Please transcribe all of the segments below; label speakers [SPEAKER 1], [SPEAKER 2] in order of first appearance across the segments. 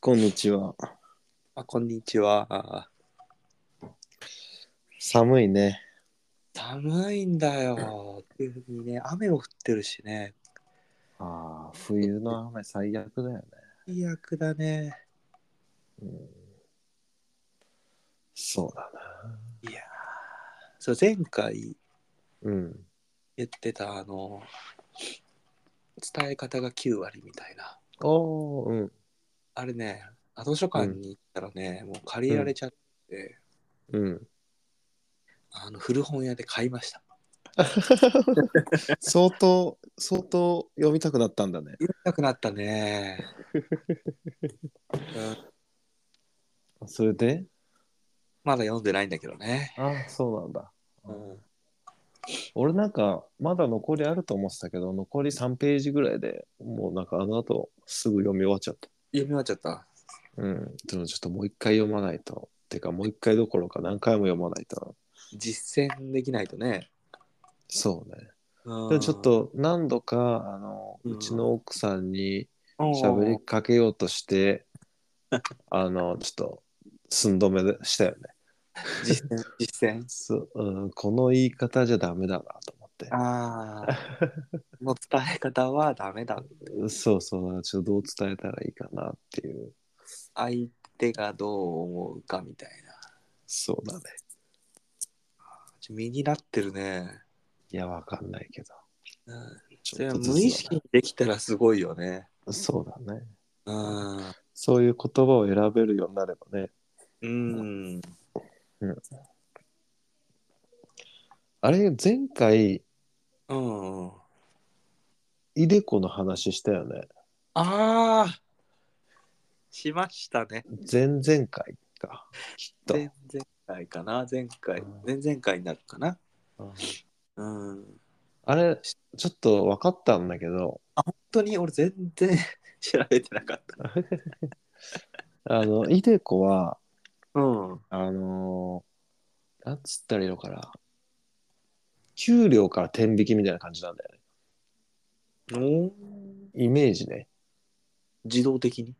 [SPEAKER 1] こんにちは。
[SPEAKER 2] あ、こんにちは。
[SPEAKER 1] 寒いね。
[SPEAKER 2] 寒いんだよ。っていうふうにね、雨も降ってるしね。
[SPEAKER 1] ああ、冬の雨最悪だよね。
[SPEAKER 2] 最悪だね。
[SPEAKER 1] うん、そうだな。
[SPEAKER 2] そう、前回
[SPEAKER 1] うん。
[SPEAKER 2] 言ってた、あの、伝え方が9割みたいな。
[SPEAKER 1] おお、うん。
[SPEAKER 2] あれね、あ図書館に行ったらね、もう借りられちゃって、
[SPEAKER 1] うん。
[SPEAKER 2] あの古本屋で買いました。
[SPEAKER 1] 相当、相当読みたくなったんだね。
[SPEAKER 2] 読みたくなった ね。うん
[SPEAKER 1] それで
[SPEAKER 2] まだ読んでないんだけどね。
[SPEAKER 1] ああ、そうなんだ。
[SPEAKER 2] うん、
[SPEAKER 1] 俺なんか、まだ残りあると思ってたけど、残り3ページぐらいでもうなんかあの後すぐ読み終わっちゃった。
[SPEAKER 2] 読み終わっちゃった。
[SPEAKER 1] うん。でもちょっともう一回読まないと。てかもう一回どころか何回も読まないと。
[SPEAKER 2] 実践できないとね。
[SPEAKER 1] そうね。
[SPEAKER 2] う
[SPEAKER 1] で
[SPEAKER 2] ん
[SPEAKER 1] ちょっと何度かあの、
[SPEAKER 2] う
[SPEAKER 1] うんちの奥さんに喋りかけようとして、 あのちょっと寸止めでしたよね
[SPEAKER 2] 実践実践
[SPEAKER 1] そ、うん。この言い方じゃダメだなと思って。
[SPEAKER 2] ああ の伝え方はダメだ
[SPEAKER 1] そうそう、ちょっとどう伝えたらいいかなっていう。
[SPEAKER 2] 相手がどう思うかみたいな
[SPEAKER 1] そうだね。
[SPEAKER 2] 身になってるね、
[SPEAKER 1] いや、わかんないけど。
[SPEAKER 2] うん、
[SPEAKER 1] ち
[SPEAKER 2] それ
[SPEAKER 1] ょっ
[SPEAKER 2] は
[SPEAKER 1] とずつだ
[SPEAKER 2] 無意識にできたらすごいよね
[SPEAKER 1] そうだね。
[SPEAKER 2] うん
[SPEAKER 1] そういう言葉を選べるようになればね。
[SPEAKER 2] うん
[SPEAKER 1] あれ、前回、
[SPEAKER 2] うん
[SPEAKER 1] イデコの話したよね。
[SPEAKER 2] ああしましたね
[SPEAKER 1] 前々回か。きっと。
[SPEAKER 2] 前々回かな前回
[SPEAKER 1] うん
[SPEAKER 2] 前々回になるかな
[SPEAKER 1] うん
[SPEAKER 2] うん
[SPEAKER 1] あれ、ちょっと分かったんだけど、
[SPEAKER 2] 本当に俺全然 調べてなかった
[SPEAKER 1] あの、イデコは、
[SPEAKER 2] うん
[SPEAKER 1] あのーなんつったらいいのかな。給料から天引きみたいな感じなんだよね。イメージね。
[SPEAKER 2] 自動的に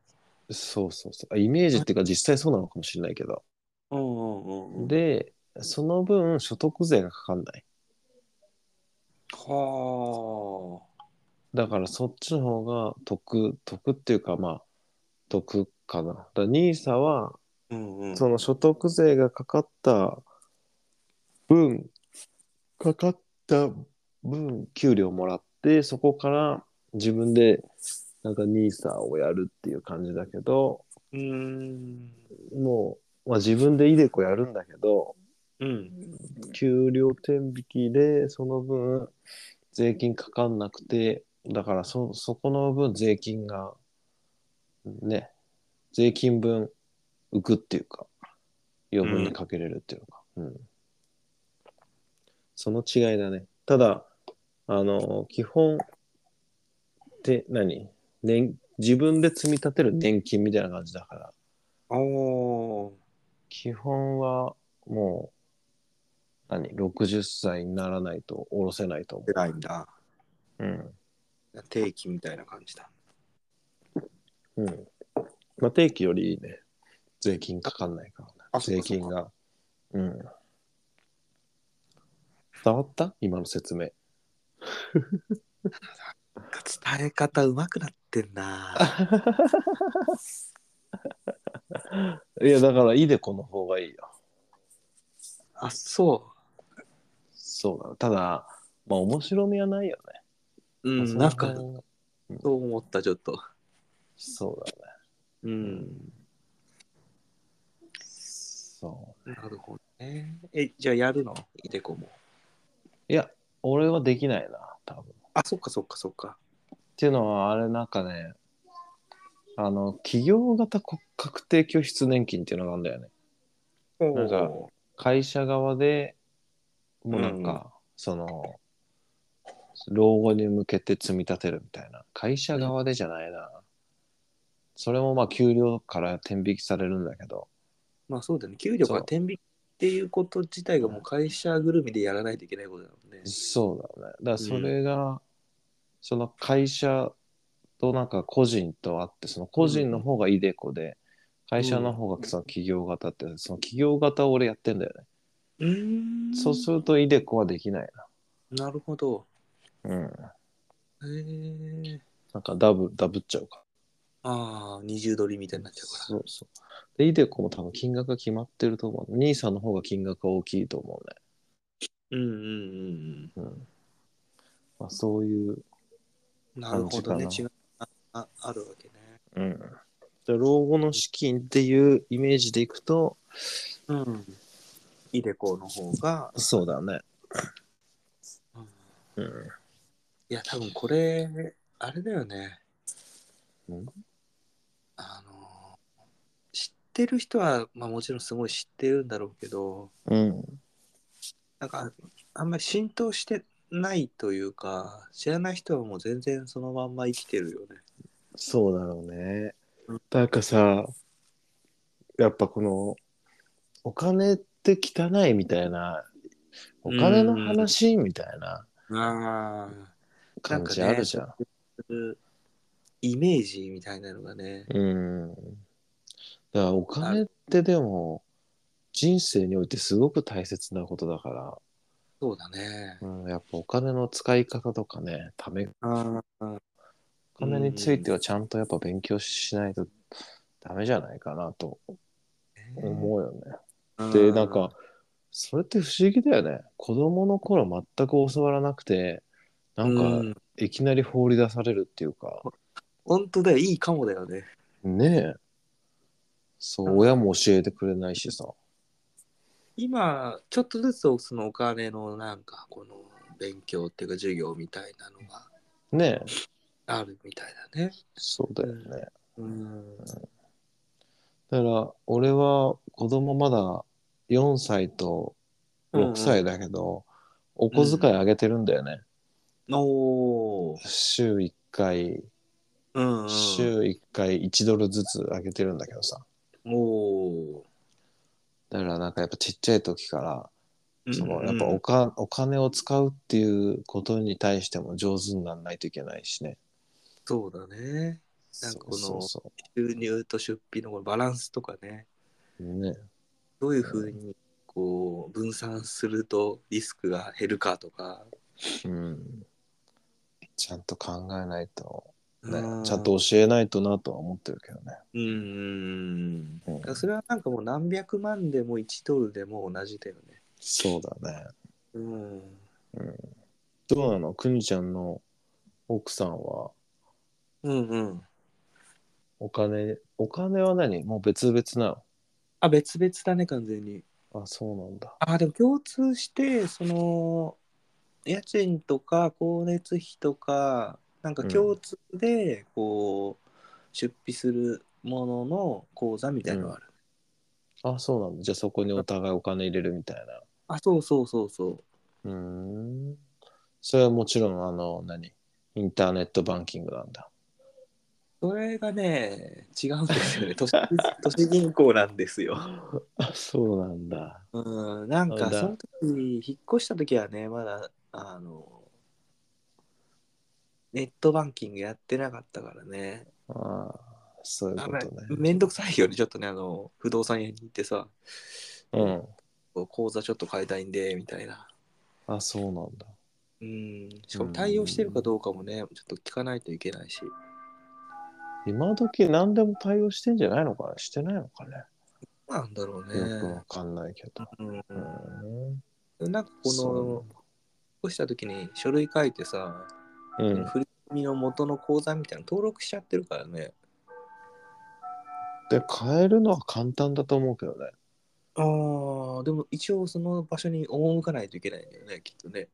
[SPEAKER 1] そうそうそう。あイメージっていうか実際そうなのかもしれないけど。
[SPEAKER 2] うんうんうんうん
[SPEAKER 1] で、その分所得税がかかんない。
[SPEAKER 2] はあ。
[SPEAKER 1] だからそっちの方が得、得っていうかまあ、得かな。だから NISA は
[SPEAKER 2] うんうん。
[SPEAKER 1] その所得税がかかった分、かかった分、給料もらって、そこから自分で、なんか NISA をやるっていう感じだけど、
[SPEAKER 2] うーん。
[SPEAKER 1] もう、まあ、自分でイデコやるんだけど、
[SPEAKER 2] うん。
[SPEAKER 1] 給料天引きで、その分、税金かかんなくて、だからそ、そこの分、税金が、ね、税金分浮くっていうか、余分にかけれるっていうか、うん。その違いだね。ただ、あの、基本って何、年自分で積み立てる年金みたいな感じだから、
[SPEAKER 2] おー。
[SPEAKER 1] 基本はもう、何、60歳にならないと下ろせないと思
[SPEAKER 2] 偉いんだ。
[SPEAKER 1] う。うん。
[SPEAKER 2] 定期みたいな感じだ。
[SPEAKER 1] うん。まあ、定期よりいいね。税金かかんないから
[SPEAKER 2] あ
[SPEAKER 1] な。税金が。うん。伝わった今の説明。
[SPEAKER 2] 伝え方うまくなってんな。
[SPEAKER 1] いや、だから、イデコの方がいいよ。
[SPEAKER 2] あ、そ
[SPEAKER 1] そうだ。ただ、まあ、面白みはないよね。
[SPEAKER 2] う。
[SPEAKER 1] ま
[SPEAKER 2] う
[SPEAKER 1] あその
[SPEAKER 2] ん。なんか、
[SPEAKER 1] 辺
[SPEAKER 2] そう思った、ちょっと。
[SPEAKER 1] そうだね。
[SPEAKER 2] う。。
[SPEAKER 1] うんそう。
[SPEAKER 2] なるほどね。え、じゃあやるのいでこも。
[SPEAKER 1] いや、俺はできないな、多分。
[SPEAKER 2] あ、そっかそっかそっか。
[SPEAKER 1] っていうのはあれなんかねあの企業型国確定拠出年金っていうのがあるんだよねなんか
[SPEAKER 2] おー
[SPEAKER 1] 会社側でもうなんか、
[SPEAKER 2] うん
[SPEAKER 1] その老後に向けて積み立てるみたいな会社側でじゃないなそれもまあ給料から天引きされるんだけど
[SPEAKER 2] まあそうだね。給料が天引きっていうこと自体がもう会社ぐるみでやらないといけないことだもんね。
[SPEAKER 1] そうだねだからそれが、その会社となんか個人とあってその個人の方がイデコで会社の方がその企業型ってその企業型を俺やってんだよね、
[SPEAKER 2] うーん
[SPEAKER 1] そうするとイデコはできない
[SPEAKER 2] なるほど。
[SPEAKER 1] なうん
[SPEAKER 2] へえ。
[SPEAKER 1] なんかダブダブっちゃうか
[SPEAKER 2] ああ、二重取りみたいになっちゃうから。
[SPEAKER 1] そうそうでイデコも多分金額が決まってると思う兄さんの方が金額が大きいと思
[SPEAKER 2] うんうんうん
[SPEAKER 1] うねうんまあそういう
[SPEAKER 2] うん。なるほどね
[SPEAKER 1] 感。じ
[SPEAKER 2] 違う。ああるわけね。
[SPEAKER 1] うんで老後の資金っていうイメージでいくと
[SPEAKER 2] うん。イデコの方が。
[SPEAKER 1] そうだね
[SPEAKER 2] う
[SPEAKER 1] う
[SPEAKER 2] ん
[SPEAKER 1] ん
[SPEAKER 2] いや、多分これ、あれだよね。
[SPEAKER 1] うん
[SPEAKER 2] あの、知ってる人は、まあもちろんすごい知ってるんだろうけど、
[SPEAKER 1] うん
[SPEAKER 2] なんか、あんまり浸透してないというか、知らない人はもう全然そのまんま生きてるよね。
[SPEAKER 1] そうだろうね
[SPEAKER 2] うん。
[SPEAKER 1] なんかさ、やっぱこの、お金って汚いみたいな、お金の話みたいな
[SPEAKER 2] ああ。
[SPEAKER 1] 感じあるじゃん。
[SPEAKER 2] イメージみたいなのがね。
[SPEAKER 1] うん。だからお金ってでも、人生においてすごく大切なことだか
[SPEAKER 2] そうだね。
[SPEAKER 1] ら、うん、やっぱお金の使い方とかね、ため、
[SPEAKER 2] ああ。
[SPEAKER 1] お金についてはちゃんとやっぱ勉強しないとダメじゃないかなと思うよね。でなんか、それって不思議だよね子供の頃全く教わらなくてな
[SPEAKER 2] うん
[SPEAKER 1] か
[SPEAKER 2] ん
[SPEAKER 1] いきなり放り出されるっていうか、
[SPEAKER 2] 本当だよ、いいかもだよね。
[SPEAKER 1] ねえそう親も教えてくれないしさ
[SPEAKER 2] 今、ちょっとずつそのお金のなんか、この勉強っていうか授業みたいなのが
[SPEAKER 1] ねえ
[SPEAKER 2] あるみたいだね。
[SPEAKER 1] そうだよね
[SPEAKER 2] うん。
[SPEAKER 1] だから俺は子供まだ4歳と6歳だけど、お小遣いあげてるんだよね、
[SPEAKER 2] おー。
[SPEAKER 1] 週1回
[SPEAKER 2] うん、うん。
[SPEAKER 1] 週1回1ドルずつあげてるんだけどさ
[SPEAKER 2] お
[SPEAKER 1] だからなんかやっぱちっちゃい時から
[SPEAKER 2] ー。
[SPEAKER 1] そのやっぱおかお金を使うっていうことに対しても上手にならないといけないしね。
[SPEAKER 2] そうだね。なんかこの
[SPEAKER 1] そうそうそ
[SPEAKER 2] 収入と出費のこのバランスとかね。
[SPEAKER 1] うね、
[SPEAKER 2] どういうふうにこう分散するとリスクが減るかとか、
[SPEAKER 1] うん。ちゃんと考えないと、ね
[SPEAKER 2] う、
[SPEAKER 1] ちゃんと教えないとなとは思ってるけどね。
[SPEAKER 2] うんう
[SPEAKER 1] う
[SPEAKER 2] ん
[SPEAKER 1] ん
[SPEAKER 2] だからそれはなんかもう何百万でも1ドルでも同じだよね
[SPEAKER 1] そうだね。
[SPEAKER 2] うん
[SPEAKER 1] どうなのくにちゃんの奥さんは
[SPEAKER 2] うんうん
[SPEAKER 1] お金、お金は何もう別々な
[SPEAKER 2] あ別々だね完全に
[SPEAKER 1] のあ、そうなんだ。
[SPEAKER 2] あでも共通してその家賃とか光熱費とかなんか共通でこう、出費するものの口座みたいなのがある、
[SPEAKER 1] あ、そうなんだ。じゃあそこにお互いお金入れるみたいな。
[SPEAKER 2] あそうそうそうそう
[SPEAKER 1] うーん。それはもちろん、あの、何インターネットバンキングなんだ。
[SPEAKER 2] それがね、違うんです よね。都市都市銀行なんですよ。
[SPEAKER 1] あそうなんだ。
[SPEAKER 2] うん、なん
[SPEAKER 1] な
[SPEAKER 2] か
[SPEAKER 1] んだ
[SPEAKER 2] その時、引っ越した時はね、まだ、あの、ネットバンキングやってなかったからね。
[SPEAKER 1] ああ、そういう
[SPEAKER 2] あ
[SPEAKER 1] こ
[SPEAKER 2] まあ
[SPEAKER 1] とね。
[SPEAKER 2] めんどくさいよね、ちょっとね、あの、不動産屋に行ってさ、
[SPEAKER 1] う
[SPEAKER 2] 口座ちょっと変えたいんで、みたいな。
[SPEAKER 1] ん。あ、そうなんだ。
[SPEAKER 2] うん、しかも対応してるかどうかもね、ちょっと聞かないといけないし。
[SPEAKER 1] 今時何でも対応してんじゃないのかなしてないのかね。
[SPEAKER 2] どうなんだろう
[SPEAKER 1] よく
[SPEAKER 2] ね
[SPEAKER 1] わ。かんないけど。
[SPEAKER 2] うん
[SPEAKER 1] う、ん。
[SPEAKER 2] なんかこの、引っ越した時に書類書いてさ、
[SPEAKER 1] そううん。
[SPEAKER 2] 振り込みの元の口座みたいなの登録しちゃってるからね。
[SPEAKER 1] で、変えるのは簡単だと思うけどね。
[SPEAKER 2] ああ、でも一応その場所に赴かないといけないんだよね、きっとね。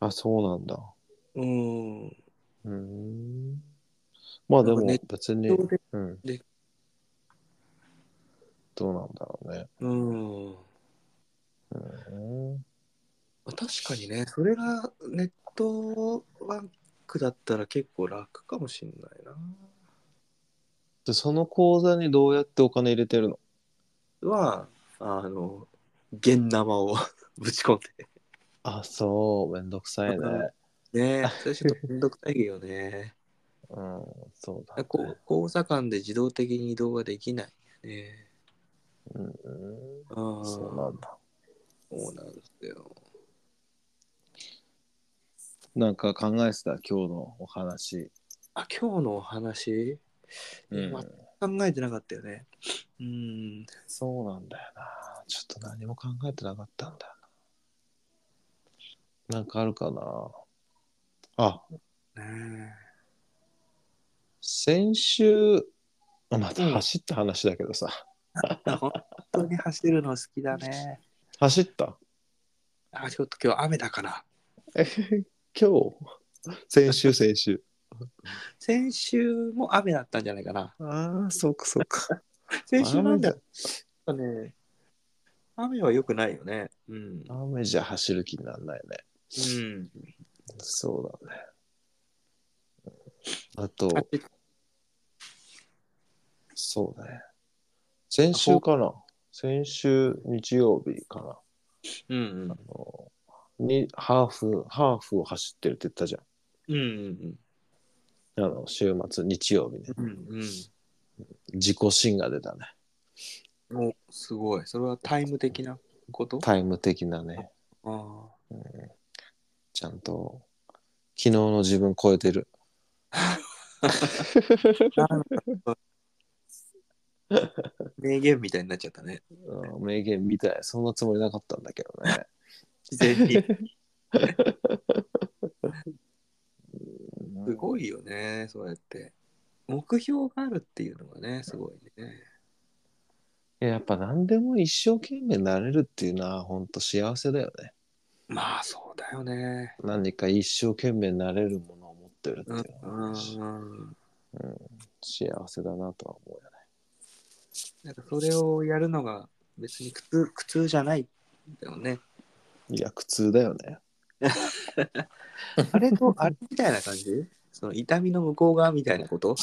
[SPEAKER 1] あ、そうなんだ。
[SPEAKER 2] うーん。
[SPEAKER 1] うーん。まあでも
[SPEAKER 2] なんか
[SPEAKER 1] 別に、
[SPEAKER 2] そうで
[SPEAKER 1] うん。
[SPEAKER 2] で
[SPEAKER 1] どうなんだろうね。
[SPEAKER 2] うーん。
[SPEAKER 1] うん。
[SPEAKER 2] まあ確かにね、それがネットバンクだったら結構楽かもしんないな。
[SPEAKER 1] で、その口座にどうやってお金入れてるの
[SPEAKER 2] は、あの、現生を ぶち込んで。
[SPEAKER 1] あ、そう。めんどくさいね。
[SPEAKER 2] ねそれちょっとめんどくさいよね。
[SPEAKER 1] うん、そうだ、
[SPEAKER 2] あ こう口座間で自動的に移動ができないんだよね。
[SPEAKER 1] うんうん、
[SPEAKER 2] ああ、
[SPEAKER 1] そうなんだ。
[SPEAKER 2] そうなんですよ。
[SPEAKER 1] なんか考えてた、今日のお話。
[SPEAKER 2] あ、今日のお話、
[SPEAKER 1] うん
[SPEAKER 2] ま考えてなかったよね。うん、
[SPEAKER 1] そうなんだよな。ちょっと何も考えてなかったんだよな。なんかあるかな。あ、
[SPEAKER 2] ね
[SPEAKER 1] 先週、あまた
[SPEAKER 2] うん
[SPEAKER 1] 走った話だけどさ。
[SPEAKER 2] え。本当に走るの好きだね。
[SPEAKER 1] 走った
[SPEAKER 2] あ、ちょっと今日雨だから。
[SPEAKER 1] え今日先週、先週。
[SPEAKER 2] 先週も雨だったんじゃないかな。
[SPEAKER 1] ああ、そうかそう か。
[SPEAKER 2] 先週なんだよね。雨は良くないよね。うん。
[SPEAKER 1] 雨じゃ走る気にならないね。
[SPEAKER 2] うん。
[SPEAKER 1] そうだね。あと、そうだね。先週かな先週日曜日かな
[SPEAKER 2] うんうん。
[SPEAKER 1] あのにハーフ、ハーフを走ってるって言ったじゃ
[SPEAKER 2] うんうん
[SPEAKER 1] ん。あの、週末、日曜日ね。
[SPEAKER 2] うん。うん
[SPEAKER 1] 自己芯が出たね。
[SPEAKER 2] うん。お、すごい。それはタイム的なこと
[SPEAKER 1] タイム的なね。
[SPEAKER 2] ああ。
[SPEAKER 1] ちゃんと、昨日の自分超えてる。
[SPEAKER 2] 名言みたいになっちゃったね。
[SPEAKER 1] うん名言みたい。そんなつもりなかったんだけどね。
[SPEAKER 2] 自然に。 す
[SPEAKER 1] い。
[SPEAKER 2] ごいよね、そうやって。目標があるっていうのがね、すごいね。
[SPEAKER 1] ややっぱ何でも一生懸命なれるっていうのは本当幸せだよね。
[SPEAKER 2] まあ、そうだよね。
[SPEAKER 1] 何か一生懸命なれるものを持ってるって
[SPEAKER 2] う
[SPEAKER 1] い
[SPEAKER 2] ん
[SPEAKER 1] うのは、
[SPEAKER 2] うん。
[SPEAKER 1] 幸せだなとは思うよね。
[SPEAKER 2] なんかそれをやるのが別に苦痛苦痛じゃないんだよね。
[SPEAKER 1] いや、苦痛だよね。
[SPEAKER 2] あれと、あれみたいな感じその痛みの向こう側みたいなこと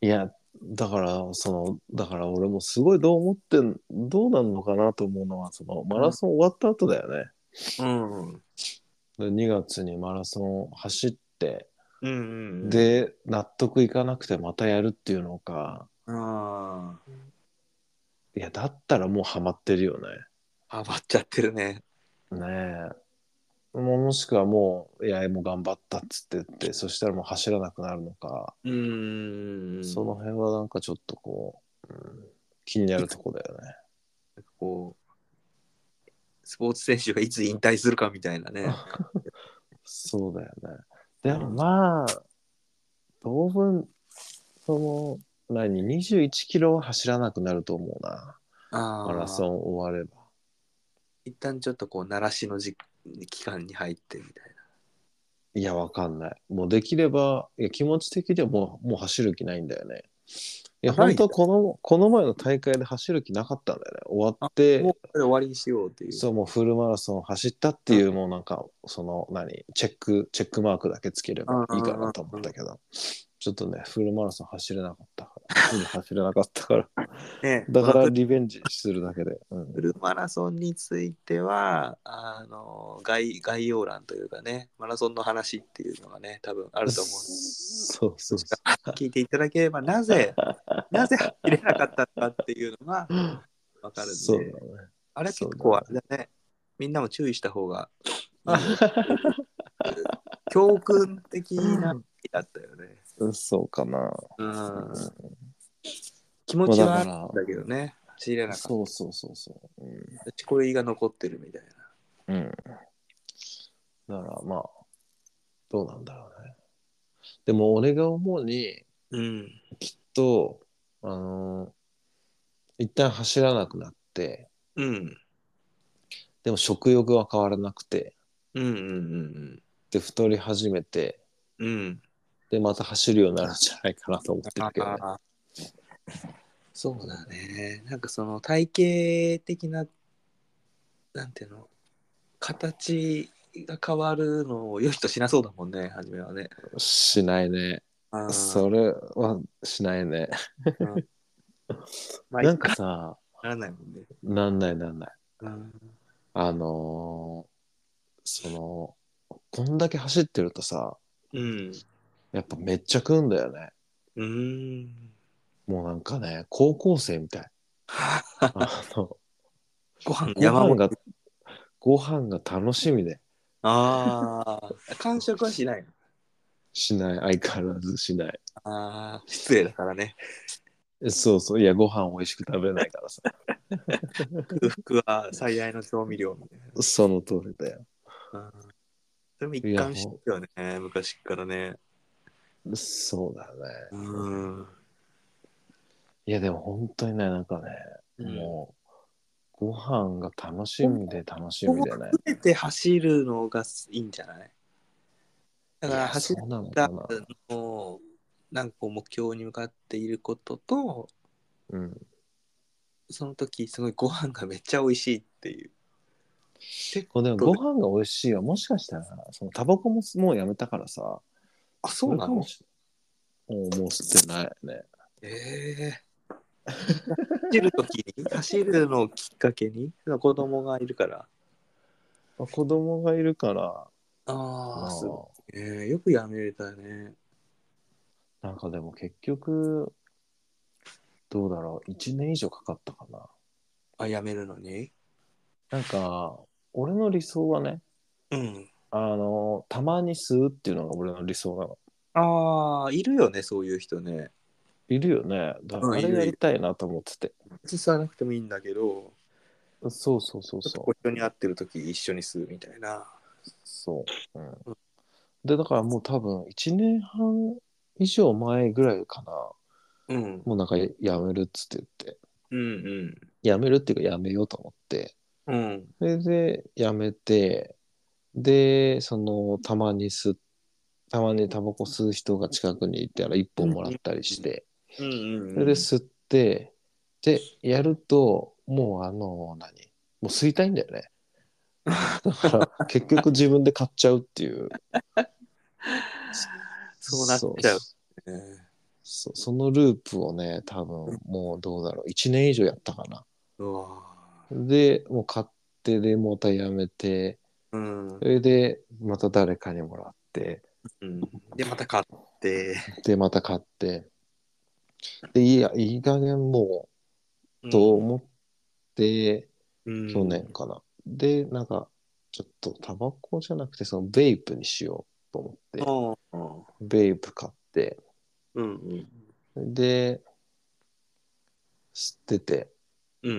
[SPEAKER 1] いや、だから、その、だから俺もすごいどう思ってん、どうなんのかなと思うのは、その、マラソン終わった後だよね。
[SPEAKER 2] うん。うん
[SPEAKER 1] で2月にマラソン走って、
[SPEAKER 2] うん。、
[SPEAKER 1] で、納得いかなくてまたやるっていうのか、
[SPEAKER 2] あ
[SPEAKER 1] いや、だったらもうハマってるよね。
[SPEAKER 2] あ、余っちゃってるね。
[SPEAKER 1] ねえ。もうもしくはもう、いや、もう頑張ったっつってって、そしたらもう走らなくなるのか、
[SPEAKER 2] うん。
[SPEAKER 1] その辺はなんかちょっとこう、うん気になるとこだよね。
[SPEAKER 2] こう、スポーツ選手がいつ引退するかみたいなね。
[SPEAKER 1] そうだよね。でもまあ、当分、その、何、21キロは走らなくなると思うな。
[SPEAKER 2] ああ
[SPEAKER 1] マラソン終われば。
[SPEAKER 2] 一旦ちょっとこう、鳴らしの時期間に入ってみたい
[SPEAKER 1] いや、わかんない。もうできれば、いや気持ち的にはもうもう走る気ないんだよね。いや、
[SPEAKER 2] な
[SPEAKER 1] 本
[SPEAKER 2] いんだ
[SPEAKER 1] 当はこの、この前の大会で走る気なかったんだよね。終わっ
[SPEAKER 2] な。も
[SPEAKER 1] て
[SPEAKER 2] う、これ終わりにしようっていう。
[SPEAKER 1] そう、もうフルマラソン走ったっていう、もうなんか、その、何、チェック、チェックマークだけつければいいかなと思ったけど、ちょっとね、フルマラソン走れなかったから、フル走れなかったから、
[SPEAKER 2] ね
[SPEAKER 1] だか
[SPEAKER 2] ま
[SPEAKER 1] ら
[SPEAKER 2] あ
[SPEAKER 1] リベンジするだけで。うん
[SPEAKER 2] フルマラソンについては、あの、概概要欄というかね、マラソンの話っていうのがね、多分あると思うので。
[SPEAKER 1] そうそうそ
[SPEAKER 2] 聞いていただければ なぜなぜ入れなかったのかっていうのがわか
[SPEAKER 1] う。
[SPEAKER 2] る
[SPEAKER 1] そ
[SPEAKER 2] ん
[SPEAKER 1] う
[SPEAKER 2] で
[SPEAKER 1] だね。
[SPEAKER 2] あれ結構あれだねみんなも注意した方が 教訓的な日だったよね、
[SPEAKER 1] うんそうかな。
[SPEAKER 2] うん
[SPEAKER 1] うん、
[SPEAKER 2] 気持ちは
[SPEAKER 1] ま
[SPEAKER 2] あ
[SPEAKER 1] あだ
[SPEAKER 2] る
[SPEAKER 1] から
[SPEAKER 2] んだけどね走れなかっ
[SPEAKER 1] そうそうそうそう。うん
[SPEAKER 2] たしこりが残ってるみたいな
[SPEAKER 1] うん。だからまあ、どうなんだろうね。でも俺が思うに、
[SPEAKER 2] うん
[SPEAKER 1] きっと、あのー一旦走らなくなって、
[SPEAKER 2] うん
[SPEAKER 1] でも食欲は変わらなくて、
[SPEAKER 2] うんうんうん
[SPEAKER 1] で、太り始めて、
[SPEAKER 2] うんうん
[SPEAKER 1] で、また走るようになるんじゃないかなと思ってるけど、ね。
[SPEAKER 2] ああそうだねなんかその体型的ななんていうの形が変わるのを良しとしなそうだもんね初めはね
[SPEAKER 1] しないね。
[SPEAKER 2] あー
[SPEAKER 1] それはしないね。
[SPEAKER 2] まあ
[SPEAKER 1] なん
[SPEAKER 2] 一回
[SPEAKER 1] かさ、
[SPEAKER 2] ならないもんね
[SPEAKER 1] なんないなんない。
[SPEAKER 2] うん
[SPEAKER 1] あのーその、こんだけ走ってるとさ、
[SPEAKER 2] うん
[SPEAKER 1] やっぱめっちゃ食うんだよね。
[SPEAKER 2] うーん。
[SPEAKER 1] もうなんかね、高校生みた い。あの、
[SPEAKER 2] ご飯
[SPEAKER 1] ご
[SPEAKER 2] 山
[SPEAKER 1] 飯
[SPEAKER 2] 盛り。
[SPEAKER 1] が、ご飯が楽しみで、
[SPEAKER 2] ああ。完食はしないの。
[SPEAKER 1] しない、相変わらずしない。
[SPEAKER 2] ああ。失礼だからね。
[SPEAKER 1] えそうそう、いや、ご飯美味しく食べない からさ。
[SPEAKER 2] 空腹は最大の調味料みたいな。
[SPEAKER 1] その通りだよ。
[SPEAKER 2] あーでも一貫してたよね、昔からね。
[SPEAKER 1] そうだね。
[SPEAKER 2] うん。
[SPEAKER 1] いや、でも本当にね、なんかね、もう、ご飯が楽しみで楽しみでね。
[SPEAKER 2] すべて走るのがいいんじゃないだか
[SPEAKER 1] い
[SPEAKER 2] ら
[SPEAKER 1] や
[SPEAKER 2] 走っ
[SPEAKER 1] そうなのか
[SPEAKER 2] た
[SPEAKER 1] な。
[SPEAKER 2] のなんかこう目標に向かっていることと
[SPEAKER 1] うん。
[SPEAKER 2] その時すごいご飯がめっちゃ美味しいっていう
[SPEAKER 1] これでもご飯が美味しいはもしかしたらそのタバコももうやめたからさ
[SPEAKER 2] あそうな
[SPEAKER 1] れかも
[SPEAKER 2] の
[SPEAKER 1] しもうもう吸ってないね
[SPEAKER 2] ええ走る時に走るのをきっかけにその子供がいるから
[SPEAKER 1] まあ子供がいるから
[SPEAKER 2] あ
[SPEAKER 1] ま
[SPEAKER 2] あ
[SPEAKER 1] あ
[SPEAKER 2] すごい、ええよくやめれたよね
[SPEAKER 1] なんかでも結局どうだろう1年以上かかったかな
[SPEAKER 2] あやめるのに
[SPEAKER 1] なんか俺の理想はね
[SPEAKER 2] うん
[SPEAKER 1] あのたまに吸うっていうのが俺の理想なの
[SPEAKER 2] ああいるよねそういう人ね
[SPEAKER 1] いるよねだ
[SPEAKER 2] うん
[SPEAKER 1] あ
[SPEAKER 2] いるい
[SPEAKER 1] れ
[SPEAKER 2] る
[SPEAKER 1] やりたいなと思ってて、
[SPEAKER 2] 別に吸わなくてもいいんだけど
[SPEAKER 1] そうそうそう
[SPEAKER 2] ちょっと
[SPEAKER 1] そ
[SPEAKER 2] こう人に会ってる時一緒に吸うみたいな
[SPEAKER 1] うそう、うん
[SPEAKER 2] うん
[SPEAKER 1] でだからもう多分1年半以上前ぐらいかな
[SPEAKER 2] うん
[SPEAKER 1] もうなんかやめるっつって言って、
[SPEAKER 2] うん
[SPEAKER 1] やめるっていうかやめようと思って、
[SPEAKER 2] うんうん
[SPEAKER 1] それでやめて、で、その、たまに吸っ、たまにタバコ吸う人が近くにいたら一本もらったりして、
[SPEAKER 2] うんうんうん
[SPEAKER 1] それで吸って、で、やると、もうあの、何もう吸いたいんだよね。だから、 結局自分で買っちゃうっていう。
[SPEAKER 2] そうなっちゃう
[SPEAKER 1] そ
[SPEAKER 2] ね
[SPEAKER 1] そそのループをね、多分もうどうだろう、1年以上やったかな。
[SPEAKER 2] うわ
[SPEAKER 1] で、もう買って、で、またやめて、
[SPEAKER 2] うん、う
[SPEAKER 1] それで、また誰かにもらって、
[SPEAKER 2] ん、でまた買って
[SPEAKER 1] で、また買って、で、いや、いい加減もう、と思って、
[SPEAKER 2] うん
[SPEAKER 1] 去年かな。で、なんか、ちょっと、タバコじゃなくて、その、ベイプにしようと思って、
[SPEAKER 2] うん
[SPEAKER 1] ベイプ買って、
[SPEAKER 2] うんうん
[SPEAKER 1] で、吸ってて、
[SPEAKER 2] う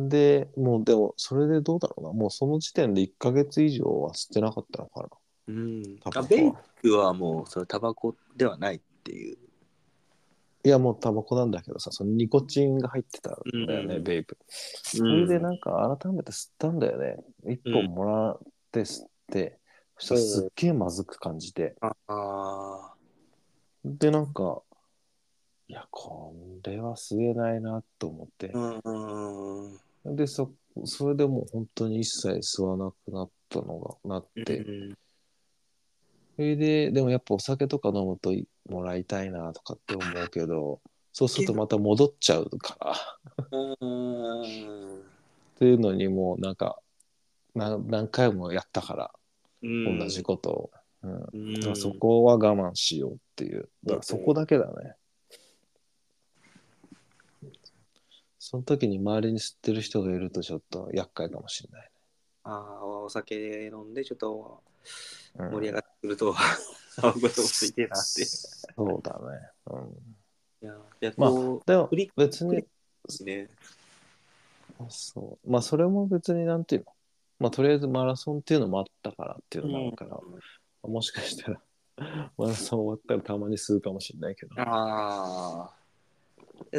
[SPEAKER 2] ん
[SPEAKER 1] で、もう、でも、それでどうだろうな、もうその時点で1ヶ月以上は吸ってなかったのかな。
[SPEAKER 2] うん
[SPEAKER 1] タバコ
[SPEAKER 2] あ
[SPEAKER 1] は
[SPEAKER 2] ベイクはもうそれタバコではないっていう
[SPEAKER 1] いやもうタバコなんだけどさそのニコチンが入ってたんだよね、
[SPEAKER 2] うん
[SPEAKER 1] ベイプ
[SPEAKER 2] そ
[SPEAKER 1] それでなんか改めて吸ったんだよね一本もらって吸って、そしたらすっげえまずく感じて
[SPEAKER 2] ああ
[SPEAKER 1] でなんかいやこれは吸えないなと思って
[SPEAKER 2] ー、うんうん
[SPEAKER 1] でそそれでもう本当に一切吸わなくなったのがなって、
[SPEAKER 2] うん
[SPEAKER 1] それででもやっぱお酒とか飲むといもらいたいなとかって思うけどそうするとまた戻っちゃうから
[SPEAKER 2] うん
[SPEAKER 1] っていうのにもうなんかな何回もやったから
[SPEAKER 2] うん
[SPEAKER 1] 同じことを、うん
[SPEAKER 2] うん
[SPEAKER 1] だからそこは我慢しようっていうだからそこだけだね、その時に周りに知ってる人がいるとちょっと厄介かもしれない、
[SPEAKER 2] ああ、お酒飲んで、ちょっと
[SPEAKER 1] うん
[SPEAKER 2] 盛り上がってくる と、あ、ごともついてえなって。い
[SPEAKER 1] そうだね、うん、
[SPEAKER 2] や、やっ
[SPEAKER 1] まあ
[SPEAKER 2] と、
[SPEAKER 1] でも
[SPEAKER 2] クリック
[SPEAKER 1] 別に
[SPEAKER 2] ですね。
[SPEAKER 1] そうまあそれも別になんていうのまあとりあえずマラソンっていうのもあったからっていうのもあるから、もしかしたら マラソン終わったらたまに吸うかもしれないけど
[SPEAKER 2] ああ。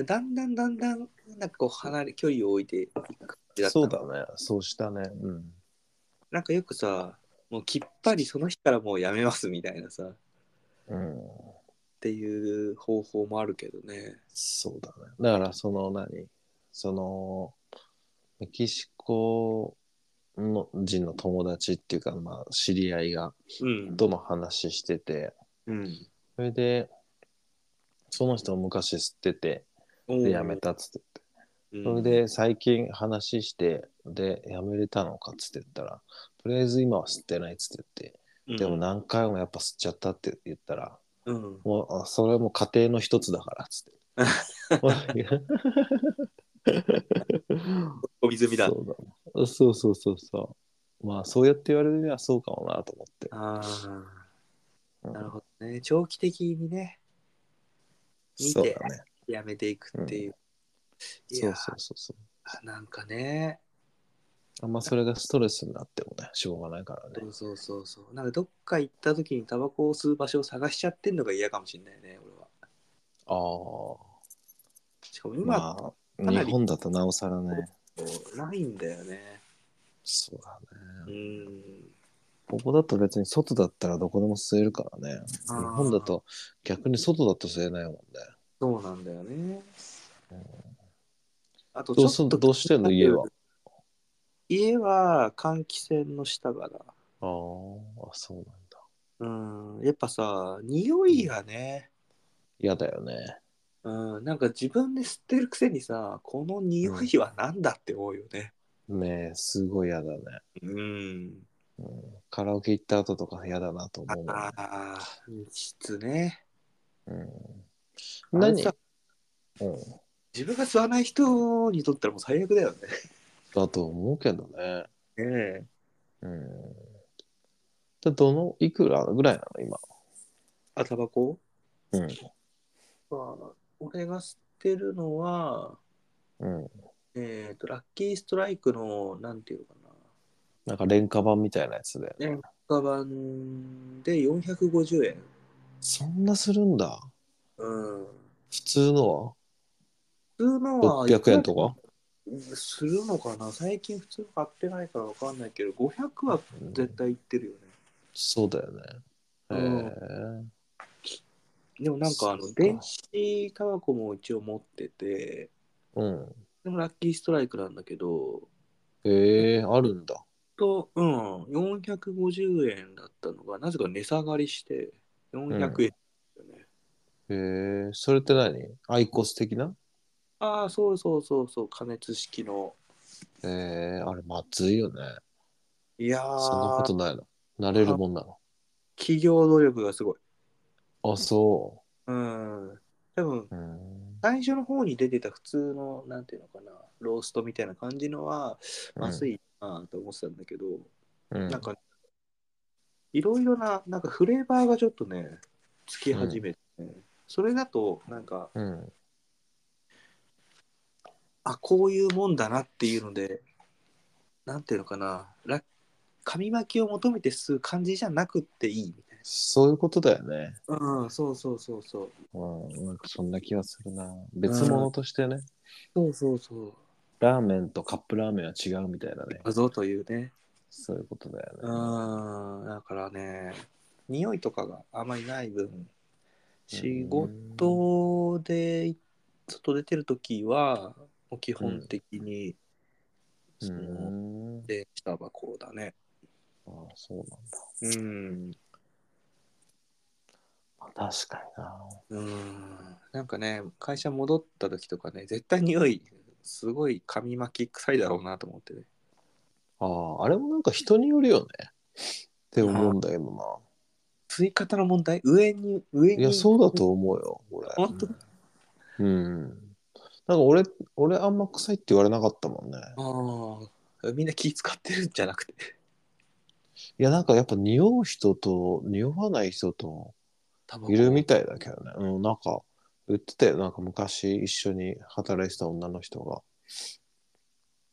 [SPEAKER 2] だんだんだんだん、なんかこう、離れ、距離を置いていく感じった
[SPEAKER 1] そうだ。ね、そうしたね。うん。
[SPEAKER 2] なんかよくさ、もうきっぱりその日からもうやめますみたいなさ、っ
[SPEAKER 1] うん、
[SPEAKER 2] ていう方法もあるけどね。
[SPEAKER 1] そうだね。だから、その何、その、メキシコの人の友達っていうか、まあ、知り合いが、
[SPEAKER 2] うん。
[SPEAKER 1] とも話してて、
[SPEAKER 2] うん。
[SPEAKER 1] それで、その人も昔吸ってて、で、やめたっつってて。
[SPEAKER 2] うん。
[SPEAKER 1] それで、最近話して、で、やめれたのかっつって言ったら、とりあえず今は吸ってないっつって言って、で
[SPEAKER 2] うん
[SPEAKER 1] も何回もやっぱ吸っちゃったって言ったら、
[SPEAKER 2] うん。
[SPEAKER 1] もうあそれはもう家庭の一つだからっつ って。
[SPEAKER 2] お水みだ。
[SPEAKER 1] そうだねそうそうそうそう。まあそうやって言われるにはそうかもなと思って。
[SPEAKER 2] ああ、なる
[SPEAKER 1] ほ
[SPEAKER 2] ほどね。長期的にね、見て
[SPEAKER 1] そうだね。
[SPEAKER 2] やめていくっていう。い
[SPEAKER 1] そ
[SPEAKER 2] や
[SPEAKER 1] うそうそうそう。
[SPEAKER 2] ーなんかね、
[SPEAKER 1] あんまそれがストレスになってもね、しょうがないからね
[SPEAKER 2] そ。うそうそうそう。なんかどっか行った時にタバコを吸う場所を探しちゃってんのが嫌かもしれないね、俺は。
[SPEAKER 1] あ
[SPEAKER 2] しか
[SPEAKER 1] あ。
[SPEAKER 2] も今、
[SPEAKER 1] まあ、
[SPEAKER 2] か
[SPEAKER 1] 日
[SPEAKER 2] なり
[SPEAKER 1] 本だとなおさらね。
[SPEAKER 2] ないんだよね。
[SPEAKER 1] そうだ
[SPEAKER 2] う
[SPEAKER 1] ね。
[SPEAKER 2] ん。
[SPEAKER 1] ここだと別に外だったらどこでも吸えるからね。日
[SPEAKER 2] あー
[SPEAKER 1] 本だと逆に外だと吸えないもんね。
[SPEAKER 2] そうなんだよね。あと
[SPEAKER 1] どうすんどうしてんの家は。
[SPEAKER 2] 家は換気扇の下から。
[SPEAKER 1] あーあ、そうなんだ。
[SPEAKER 2] うん。やっぱさ、匂いがね、
[SPEAKER 1] 嫌だよね。
[SPEAKER 2] うん、なんか自分で吸ってるくせにさ、この匂いはなんだって思うよね。
[SPEAKER 1] ねえ、すごい嫌だね。
[SPEAKER 2] うん。
[SPEAKER 1] カラオケ行った後とか嫌だなと思うもんね
[SPEAKER 2] ああ、密室ね。
[SPEAKER 1] うん、
[SPEAKER 2] あれ
[SPEAKER 1] 何、
[SPEAKER 2] さ
[SPEAKER 1] うん、
[SPEAKER 2] 自分が吸わない人にとったらもう最悪だよね。
[SPEAKER 1] だと思うけどね。
[SPEAKER 2] ねえ
[SPEAKER 1] うん、でどのいくらぐらいなの今。
[SPEAKER 2] あ、タバコ
[SPEAKER 1] うん
[SPEAKER 2] まあ、俺が吸ってるのは、
[SPEAKER 1] うん、
[SPEAKER 2] えっ、と、ラッキーストライクの、なんていうのかな、
[SPEAKER 1] なんか廉価版みたいなやつで。
[SPEAKER 2] 廉価版で450円。
[SPEAKER 1] そんなするんだ。
[SPEAKER 2] うん。
[SPEAKER 1] 普通の
[SPEAKER 2] 普通の
[SPEAKER 1] は
[SPEAKER 2] は、
[SPEAKER 1] 600円とか
[SPEAKER 2] するのかな最近普通の買ってないからわかんないけど、500は絶対いってるよね。
[SPEAKER 1] そうだよね。へ
[SPEAKER 2] うんでもなんか、
[SPEAKER 1] そ
[SPEAKER 2] あの
[SPEAKER 1] う、か
[SPEAKER 2] 電子タバコも一応持ってて、
[SPEAKER 1] え。うん。
[SPEAKER 2] でもラッキーストライクなんだけど、
[SPEAKER 1] へえ、あるんだ。
[SPEAKER 2] と、うん、450円だったのが、なぜか値下がりして、400円だよね。
[SPEAKER 1] へえ、それって何アイコス的な
[SPEAKER 2] ああ、そうそうそうそう、加熱式の。
[SPEAKER 1] へえ、あれ、まずいよね。
[SPEAKER 2] いや
[SPEAKER 1] そんなこ
[SPEAKER 2] ー
[SPEAKER 1] と、ないの。慣れるもんな
[SPEAKER 2] 企業努力がすごい。
[SPEAKER 1] の。あ、そ
[SPEAKER 2] うん。多分、
[SPEAKER 1] う。うん。
[SPEAKER 2] 最初の方に出てた普通の、なんていうのかな、ローストみたいな感じのは、まずいなと思ってたんだけど、
[SPEAKER 1] うん。
[SPEAKER 2] なんか、いろいろな、なんかフレーバーがちょっとね、つき始めて、それだと、なんか、
[SPEAKER 1] うん。
[SPEAKER 2] あこういうもんだなっていうのでなんていうのかなら紙巻きを求めて吸う感じじゃなくっていいみたい
[SPEAKER 1] そういうことだよね。
[SPEAKER 2] なうんそうそうそうそう
[SPEAKER 1] うん。なんかそんな気がするな。別物としてね、
[SPEAKER 2] そうそうそう
[SPEAKER 1] ラーメンとカップラーメンは違うみたいなね。
[SPEAKER 2] あぞというね
[SPEAKER 1] そういうことだよね。
[SPEAKER 2] うんだからね匂いとかがあまりない分仕
[SPEAKER 1] うん
[SPEAKER 2] 事で外出てる時はもう基本的に、
[SPEAKER 1] う
[SPEAKER 2] その
[SPEAKER 1] ん。
[SPEAKER 2] 電子タバコだね
[SPEAKER 1] ああ、そうなんだ。
[SPEAKER 2] うん
[SPEAKER 1] まあ確かにな。
[SPEAKER 2] うーんなんかね会社戻った時とかね絶対匂いすごい紙巻き臭いだろうなと思ってね
[SPEAKER 1] ああ、あれもなんか人によるよね。って思うんだけどな。
[SPEAKER 2] 吸い方の問題上に上に
[SPEAKER 1] いや、そうだと思うよ、俺。
[SPEAKER 2] 本当
[SPEAKER 1] うん。なんか俺、俺あんま臭いって言われなかったもんね。
[SPEAKER 2] ああみんな気使ってるんじゃなくて
[SPEAKER 1] いや、なんかやっぱ匂う人と、匂わない人と、
[SPEAKER 2] タバコ
[SPEAKER 1] いるみたいだけどね。うん、なんか、言ってたよ。なんか昔一緒に働いてた女の人が。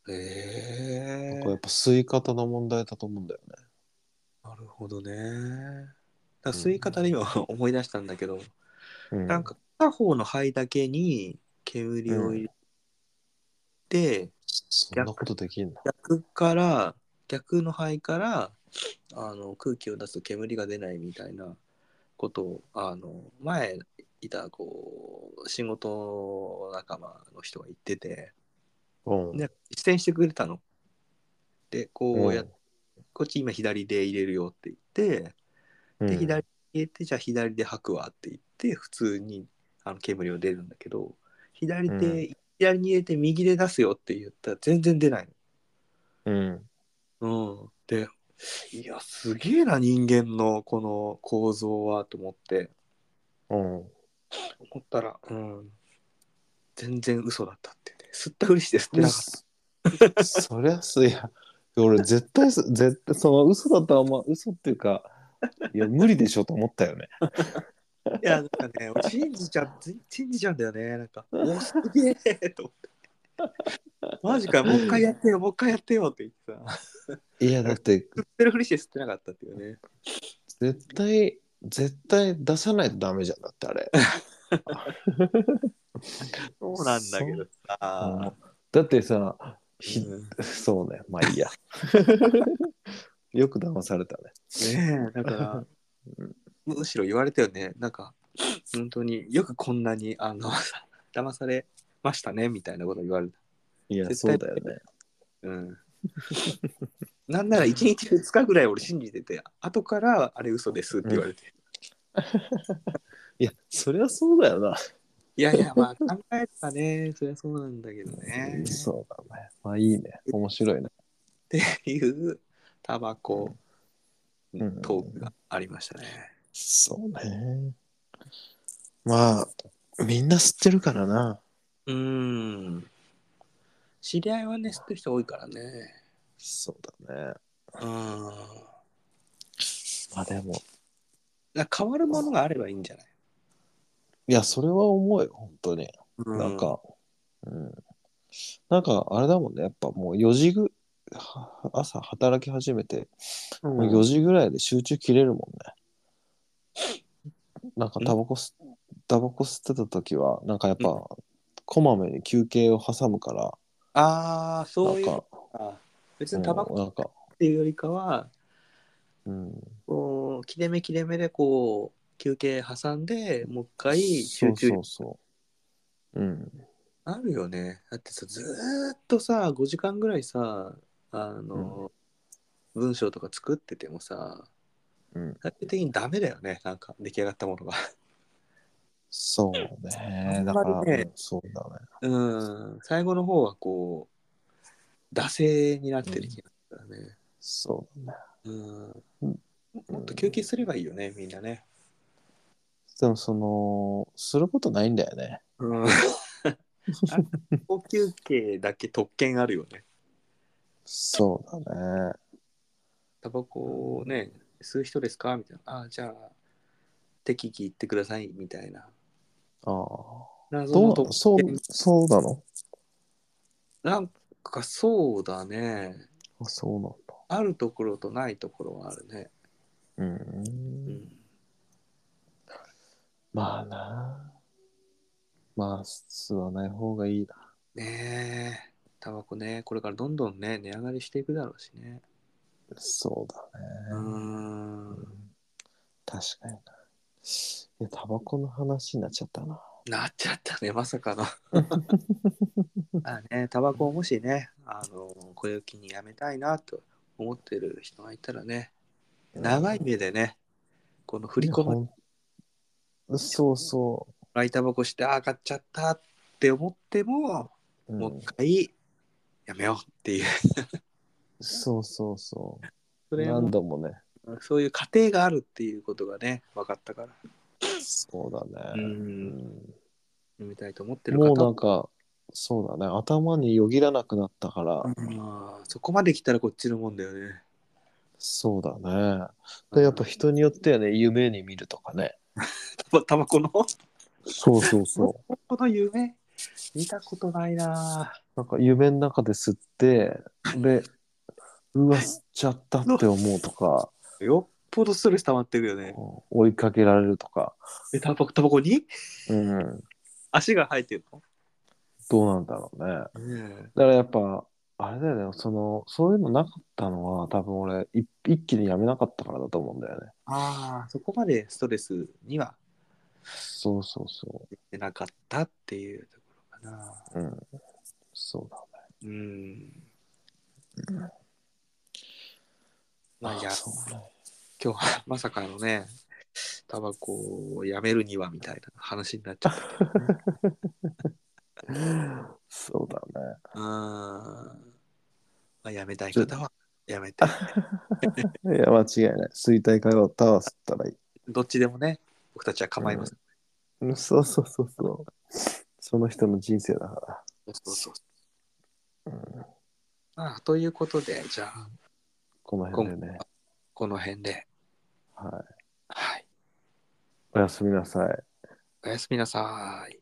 [SPEAKER 2] へ
[SPEAKER 1] なん
[SPEAKER 2] え
[SPEAKER 1] かやっぱ吸い方の問題だと思うんだよね。
[SPEAKER 2] なるほどねだから吸い方で今 思い出したんだけど、
[SPEAKER 1] うん、
[SPEAKER 2] なんか片方の肺だけに煙を入れて、
[SPEAKER 1] そんなことできんの
[SPEAKER 2] 逆から逆の肺からあの空気を出すと煙が出ないみたいなことをあの前いたこう仕事仲間の人が言ってて
[SPEAKER 1] うん。
[SPEAKER 2] で実践してくれたの。でこうやっ
[SPEAKER 1] うん
[SPEAKER 2] こっち今左で入れるよって言って
[SPEAKER 1] う
[SPEAKER 2] で
[SPEAKER 1] ん
[SPEAKER 2] 左入れてじゃあ左で吐くわって言って普通にあの煙を出るんだけど左手、
[SPEAKER 1] う
[SPEAKER 2] 左に入れて右で出すよって言ったら全然出ないの。
[SPEAKER 1] うん。
[SPEAKER 2] うん、でいや、すげえな、人間のこの構造はと思って、
[SPEAKER 1] うん。
[SPEAKER 2] 思ったら、うん、全然嘘だったってね。吸ったふりして吸って
[SPEAKER 1] で
[SPEAKER 2] なかっ
[SPEAKER 1] す そりゃすいや俺絶対す絶対その嘘だとはま嘘っていうかいや無理でしょと思ったよね
[SPEAKER 2] た。いや、なんかね、俺信じちゃう、信じちゃうんだよね。なんか、おすげえと 思って。マジか、もう一回やってよ、もう一回やってよって言ってさ、
[SPEAKER 1] いやだって
[SPEAKER 2] 吸ってるふりして吸ってなかったっていうね。
[SPEAKER 1] 絶対絶対出さないとダメじゃんだってあれ
[SPEAKER 2] そうなんだけどさ。
[SPEAKER 1] だってさひ
[SPEAKER 2] うん
[SPEAKER 1] そうねまあいい やよく騙されたね
[SPEAKER 2] ねえだから
[SPEAKER 1] うん
[SPEAKER 2] むしろ言われたよねなんか本当によくこんなにあの 騙されましたねみたいなこと言われた、
[SPEAKER 1] いや
[SPEAKER 2] 絶
[SPEAKER 1] そう
[SPEAKER 2] 対
[SPEAKER 1] だよね
[SPEAKER 2] うん、 なんなら1日2日ぐらい俺信じてて後からあれ嘘ですって言われて、
[SPEAKER 1] いやそりゃそうだよな、
[SPEAKER 2] いやいやまあ考えたねそりゃそうなんだけどね
[SPEAKER 1] そうだねまあいいね面白いね
[SPEAKER 2] っていうタバコ
[SPEAKER 1] うん
[SPEAKER 2] トークがありましたね、
[SPEAKER 1] そうね。まあ、みんな吸ってるからな。
[SPEAKER 2] うん知り合いはね知ってる人多いからね
[SPEAKER 1] そうだね。
[SPEAKER 2] うん
[SPEAKER 1] まあでも、
[SPEAKER 2] なんか変わるものがあればいいんじゃない、
[SPEAKER 1] いや、それは思うよ、本当に。なんか、うん。なんか、あれだもんね、やっぱもう4時ぐ、は朝働き始めて、
[SPEAKER 2] うん、
[SPEAKER 1] もう4時ぐらいで集中切れるもんね。なんか、タバコ吸、タバコ吸ってた時は、なんかやっ
[SPEAKER 2] う
[SPEAKER 1] ぱ、こまめに休憩を挟むから、
[SPEAKER 2] ああ
[SPEAKER 1] な
[SPEAKER 2] そう
[SPEAKER 1] ん
[SPEAKER 2] いう
[SPEAKER 1] か、
[SPEAKER 2] か別にタバ
[SPEAKER 1] う
[SPEAKER 2] コ
[SPEAKER 1] んなんか、
[SPEAKER 2] っていうよりかは、
[SPEAKER 1] うん。
[SPEAKER 2] こう切れ目切れ目でこう休憩挟んでもう一回集中
[SPEAKER 1] そうそうそう。うん。
[SPEAKER 2] あるよねだってさずーっとさ5時間ぐらいさあの、文章とか作っててもさ
[SPEAKER 1] うん、
[SPEAKER 2] 最終的にダメだよねなんか出来上がったものが
[SPEAKER 1] そうね。だ
[SPEAKER 2] あん
[SPEAKER 1] か
[SPEAKER 2] ま
[SPEAKER 1] ら、
[SPEAKER 2] りね
[SPEAKER 1] うんそうだね。
[SPEAKER 2] うん最後の方はこう惰性になってる気がするからね、
[SPEAKER 1] そうだね。
[SPEAKER 2] うん
[SPEAKER 1] うん
[SPEAKER 2] もっと休憩すればいいよね、みんなね。
[SPEAKER 1] でも、その、することないんだよね。
[SPEAKER 2] うん。休憩だけ特権あるよね。
[SPEAKER 1] そうだね。
[SPEAKER 2] タバコをね、吸う人ですかみたいな。ああ、じゃあ、適宜行ってください、みたいな。
[SPEAKER 1] ああ。どう
[SPEAKER 2] 謎の
[SPEAKER 1] なの
[SPEAKER 2] 特
[SPEAKER 1] そう
[SPEAKER 2] 権、
[SPEAKER 1] そうなの
[SPEAKER 2] なんかそうだね。
[SPEAKER 1] あそう
[SPEAKER 2] あるところとないところはあるね。
[SPEAKER 1] なんだ。うん。
[SPEAKER 2] うん。
[SPEAKER 1] まあな。まあ、吸わない方がいいな。
[SPEAKER 2] ねえ。タバコね、これからどんどんね、値上がりしていくだろうしね。
[SPEAKER 1] そうだ
[SPEAKER 2] う
[SPEAKER 1] ね。
[SPEAKER 2] ん。
[SPEAKER 1] 確かにな。いや、タバコの話になっちゃったな。
[SPEAKER 2] なっちゃったね、ま さかの。まあね、タバコをもしね、あの、これを機にやめたいなと思ってる人がいたらね、長い目でね、この振り込む、
[SPEAKER 1] む。そうそ
[SPEAKER 2] ライタバコして、ああ、買っちゃったって思っても、
[SPEAKER 1] う。う
[SPEAKER 2] も
[SPEAKER 1] ん
[SPEAKER 2] う一回やめようっていう、
[SPEAKER 1] そうそうそ。
[SPEAKER 2] そうれ
[SPEAKER 1] 何
[SPEAKER 2] も
[SPEAKER 1] 度もね。
[SPEAKER 2] そういう過程があるっていうことがね、分かったから、
[SPEAKER 1] そうだ
[SPEAKER 2] う
[SPEAKER 1] ね。
[SPEAKER 2] ん、やめたいと思って
[SPEAKER 1] うん
[SPEAKER 2] る
[SPEAKER 1] もう
[SPEAKER 2] 方
[SPEAKER 1] なんか、そうだね。頭によぎらなくなったから、
[SPEAKER 2] まあ、そこまで来たらこっちのもんだよね。
[SPEAKER 1] そうだね。で、やっぱ人によってはね、夢に見るとかね。
[SPEAKER 2] タバ タバコの
[SPEAKER 1] そうそうそ
[SPEAKER 2] この夢見たことないな
[SPEAKER 1] う。なんか夢の中で吸って、で、うわ、吸っちゃったって思うとか、
[SPEAKER 2] ぁよっぽどストレス溜まってるよね
[SPEAKER 1] 追いかけられるとか、
[SPEAKER 2] えタバコタバコに
[SPEAKER 1] うん、
[SPEAKER 2] 足が生えてる
[SPEAKER 1] どうなんだろうね。
[SPEAKER 2] の、うん、
[SPEAKER 1] だからやっぱ、あれだよね、その、そういうのなかったのは、多分俺、い一気にやめなかったからだと思うんだよね。
[SPEAKER 2] ああそこまでストレスには
[SPEAKER 1] そうそうそ
[SPEAKER 2] 出なかったっていうところかな
[SPEAKER 1] う。うん。そうだね。
[SPEAKER 2] うんま
[SPEAKER 1] ま
[SPEAKER 2] あ
[SPEAKER 1] あ
[SPEAKER 2] いや
[SPEAKER 1] そうね。
[SPEAKER 2] 今日はまさかのねタバコをやめるにはみたいな話になっち ゃった
[SPEAKER 1] そうだね。
[SPEAKER 2] うん、まあ、やめたい方はやめて。
[SPEAKER 1] いや、間違いない。衰退会話をタワスったらいい。
[SPEAKER 2] どっちでもね、僕たちは構いません。
[SPEAKER 1] うんそうそうそうそう。その人の人生だか
[SPEAKER 2] そうそうそ
[SPEAKER 1] ら。うん、
[SPEAKER 2] うああということで、じゃあ、
[SPEAKER 1] この辺でね。
[SPEAKER 2] この辺で。
[SPEAKER 1] はい。
[SPEAKER 2] はい。
[SPEAKER 1] おやすみなさい。
[SPEAKER 2] おやすみなさい。